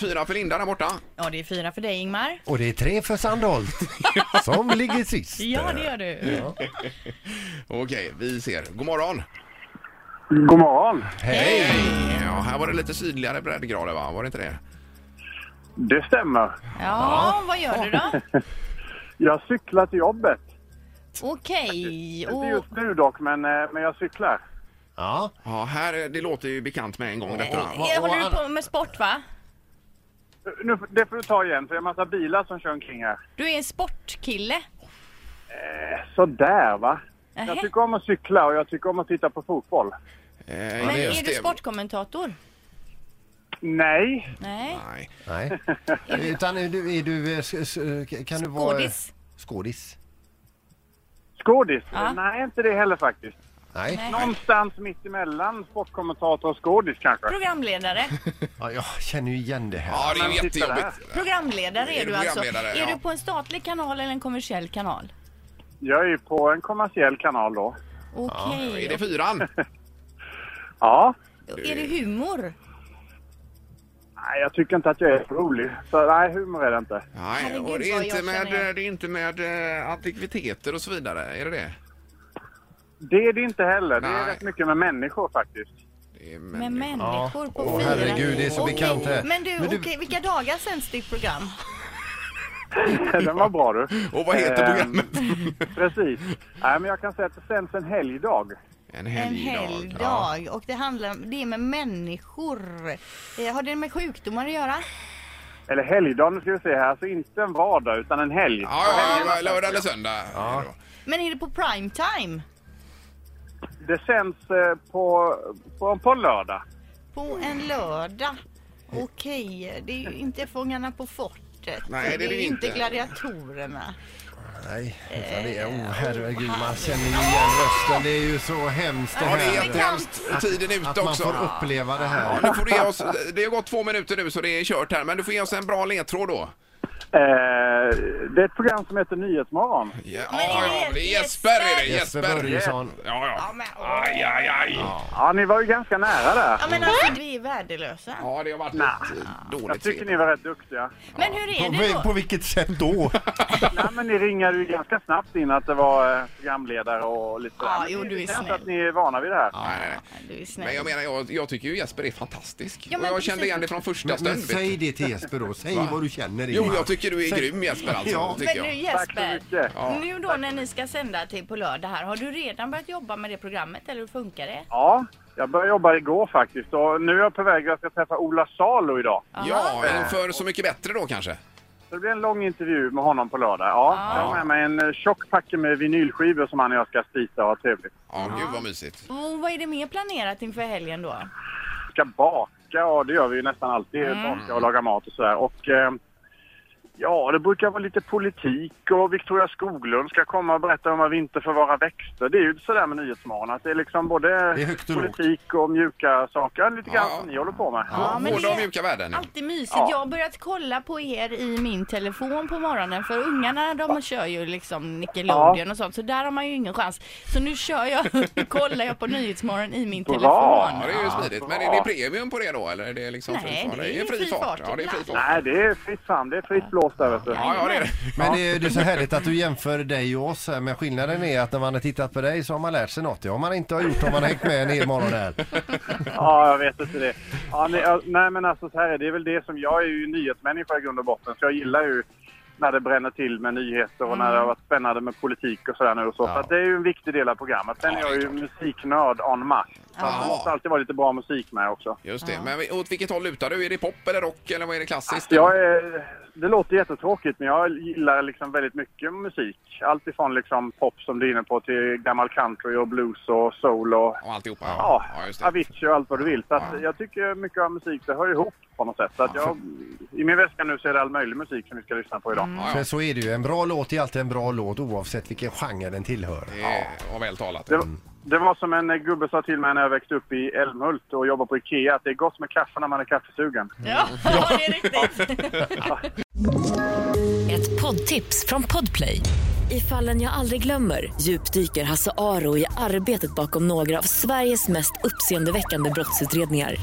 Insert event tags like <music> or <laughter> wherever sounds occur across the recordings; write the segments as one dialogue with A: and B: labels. A: fyra för Linda där borta.
B: Ja, det är fyra för dig Ingmar.
C: Och det är tre
A: <laughs>
C: för Sandholt som ligger sist.
B: Ja, det gör du.
A: Okej, vi ser. God morgon!
D: God morgon.
C: Hej!
A: Hej! Ja, här var det lite sydligare breddgrader va? Var det inte det?
D: Det stämmer.
B: Ja, vad gör du då?
D: Jag cyklar till jobbet.
B: Okej,
D: Inte
B: och
D: just nu dock, men, eh, men jag cyklar.
C: Ja,
A: Ja, här, eh, det låter ju bekant med en gång detta.
B: Eh, håller du på med sport va?
D: Nu, det får du ta igen, för det är en massa bilar som kör omkring här.
B: Du är en sportkille.
D: Så där va? Jag
B: Nähä.
D: tycker om att cykla och jag tycker om att titta på fotboll.
A: Eh,
B: Men
A: just
B: är du
A: det.
B: sportkommentator?
D: Nej,
B: Nej.
A: Nej.
C: nej. <laughs> Utan är du, är du eh, s- s- kan du vara...
B: Skådis?
C: Skådis.
D: skådis?
B: Ja.
D: Nej, inte det heller faktiskt.
C: Nej.
B: Nej.
D: Någonstans mitt emellan sportkommentator och skådis kanske.
B: Programledare.
C: Ja, jag känner ju igen det här.
A: Ja, det är ju
D: Men titta där.
A: jättejobbigt.
B: Programledare
A: Är
B: är
A: du
B: du alltså.
A: programledare? Ja.
B: Är du på en statlig kanal eller en kommersiell kanal?
D: Jag är ju på en kommersiell kanal då.
A: Är
B: Okej.
A: det fyran?
D: Ja,
B: Är det humor?
D: nej, jag tycker inte att jag är för rolig. Så nej, humor är det inte.
A: Nej,
B: Herregud,
A: och det är,
B: vad
A: inte
B: jag
A: med,
B: känner igen.
A: det är inte med eh, antikviteter och så vidare, är det det?
D: Det är det inte heller. Det är
A: Nej.
D: rätt mycket med människor faktiskt. <laughs>
A: det är
B: Med
A: människor.
B: människor på
C: Åh,
B: fyra.
C: herregud, det är så
B: Okej,
C: bekant det här.
B: Men du,
C: Men du-
B: okej, vilka dagar sänds ditt program?
D: Den var bra du.
A: Och vad heter
D: Ehm,
A: programmet?
D: Precis. Nej, men jag kan säga att det sänds en helgdag.
A: En
B: En
A: helgdag. Ja.
B: helgdag. Och det handlar om, det är med människor. Eh, Har det med sjukdomar att göra?
D: Eller helgdag, nu ska vi se här. Så inte en vardag, utan en helg.
A: Ja, ja, ja, lördag eller söndag. Ja.
B: Men är det på prime time?
D: Det sänds eh, på, på, på lördag.
B: På en lördag? Okej, det är ju inte Fångarna på fortet.
A: Nej, det är det
B: ju
A: inte.
B: inte Gladiatorerna.
C: Nej, utan det är... Oh,
B: Eh,
C: herregud, man känner ju igen rösten. Det är ju så hemskt det
A: Ja, det är
C: här.
A: jättehemskt. Tiden är ute
C: Att man
A: också.
C: får uppleva det
A: Ja,
C: här.
A: nu får du ge oss, det har gått två minuter nu så det är kört här, men du får ge oss en bra ledtråd då.
D: Eh, det är ett program som heter Nyhetsmorgon.
A: Ja,
B: Men är det
A: ja, det är Jesper
B: Jesper?
A: är det,
C: Jesper
A: Jesper.
C: Börjesson.
A: Ja, ja.
B: men, åh.
A: Aj, aj, aj.
D: Ja, ni var ju ganska nära där.
B: Ja men alltså vi är värdelösa.
A: Ja, det har varit
D: Nej.
A: lite
D: Jag
A: dåligt.
D: tycker ni var rätt duktiga.
B: Men hur är det
C: På,
B: då?
C: på vilket sätt då?
D: Nej, men ni ringade ju ganska snabbt in att det var eh, programledare och lite sådär.
B: Ja,
D: Men
B: jo,
D: det
B: du är
D: känns
B: snäll.
D: att ni är vana vid det här.
A: Nej, nej, nej.
B: Du är
A: Men jag
B: snäll.
A: menar, jag, jag tycker ju Jesper är fantastisk.
B: Ja,
A: och
B: men
A: jag
B: precis.
A: kände igen det från första
C: Men, men
A: stund. vet
C: säg
A: du.
C: det till Jesper då. Säg vad du känner.
A: Jo,
C: Ingmar.
A: jag tycker du är
C: Säg-
A: grym Jesper alltså.
C: Ja.
A: tycker
B: Men nu
A: jag.
D: Tack så
B: Jesper,
D: mycket.
A: Ja.
B: nu då när ni ska sända till på lördag här, har du redan börjat jobba med det programmet eller hur funkar det?
D: Ja, jag började jobba igår faktiskt och nu är jag på väg att jag ska träffa Ola Salo idag.
A: Ja, inför Så mycket bättre då kanske?
D: Så det blir en lång intervju med honom på lördag. Ja, Jag har med mig en eh, tjock packe med vinylskivor som han och jag ska spisa och ha trevligt.
A: Ja, gud vad mysigt.
B: Och vad är det mer planerat inför helgen då?
D: Vi ska baka och det gör vi ju nästan alltid. Baka och laga mat och sådär. Och eh, ja, det brukar vara lite politik och Victoria Skoglund ska komma och berätta om vad vinter för våra växter. Det är ju sådär med Nyhetsmorgon att det är liksom både
C: är högt och lågt.
D: politik och mjuka saker. Lite grann
A: Ja.
D: som ni håller på med.
B: Ja, men
A: Hårda
B: det-
A: och mjuka värden. ja.
B: Alltid mysigt.
D: Ja.
B: Jag har börjat kolla på er i min telefon på morgonen för ungarna de kör ju liksom Nickelodeon och sånt så där har man ju ingen chans. Så nu kör jag, <laughs> nu kollar jag på Nyhetsmorgon i min telefon.
A: Ja, det är ju smidigt. Men är det premium på det då? Eller är det liksom
B: Nej,
A: fri fart?
B: det är fri fart.
A: Ja, det är fri fart.
D: Nej, det är fritt fram. Det är fritt blås där vet du.
A: Ja, ja, det är det.
C: Men det, är- det är så härligt att du jämför dig och oss här. Men skillnaden är att när man har tittat på dig så har man lärt sig något. Det har man inte har gjort om man har hängt med en hel morgon här.
D: Ja, jag vet inte det. Ja, nej, ja, nej, men alltså så här är det. det är väl det som... Jag är ju nyhetsmänniska i grund och botten, så jag gillar ju när det bränner till med nyheter och när det har varit spännande med politik och sådär nu och så.
C: Ja.
D: Så att det är ju en viktig del av programmet. Sen är jag ju musiknörd en masse. Så att det
A: Ja.
D: måste alltid vara lite bra musik med också.
A: Just det. Men vi- åt vilket håll lutar du? Är det pop eller rock eller vad är det klassiskt?
D: Så jag är, det låter jättetråkigt, men jag gillar liksom väldigt mycket musik. Allt ifrån liksom pop som du är inne på till gammal country och blues och soul och
A: Och alltihopa?
D: Ja,
A: just det.
D: Avicii och allt vad du vill. Så att
A: Ja.
D: jag tycker mycket av musik, det hör ihop på något sätt. Så att jag, I min väska nu så är det all möjlig musik som vi ska lyssna på idag.
A: Ja, ja.
C: Men så är det ju. En bra låt är alltid en bra låt oavsett vilken genre den tillhör.
A: Det är- var väl talat.
D: Det, var- det var som en eh, gubbe sa till mig när jag växte upp i Älmhult och jobbade på Ikea, att det är gott med kaffe när man är kaffesugen.
B: Ja, det är riktigt.
E: Ett poddtips från Podplay. I fallen jag aldrig glömmer djupdyker Hasse Aro i arbetet bakom några av Sveriges mest uppseendeväckande brottsutredningar.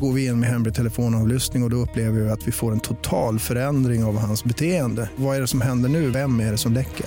F: Går vi in med hemlig telefonavlyssning och, och då upplever vi att vi får en total förändring av hans beteende. Vad är det som händer nu? Vem är det som läcker?